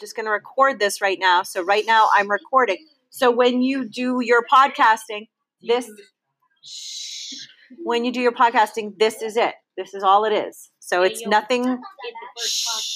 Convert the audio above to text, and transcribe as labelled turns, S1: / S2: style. S1: just going to record this right now. So right now I'm recording. So when you do your podcasting, this shh, when you do your podcasting, this is it. This is all it is. So it's nothing. shh.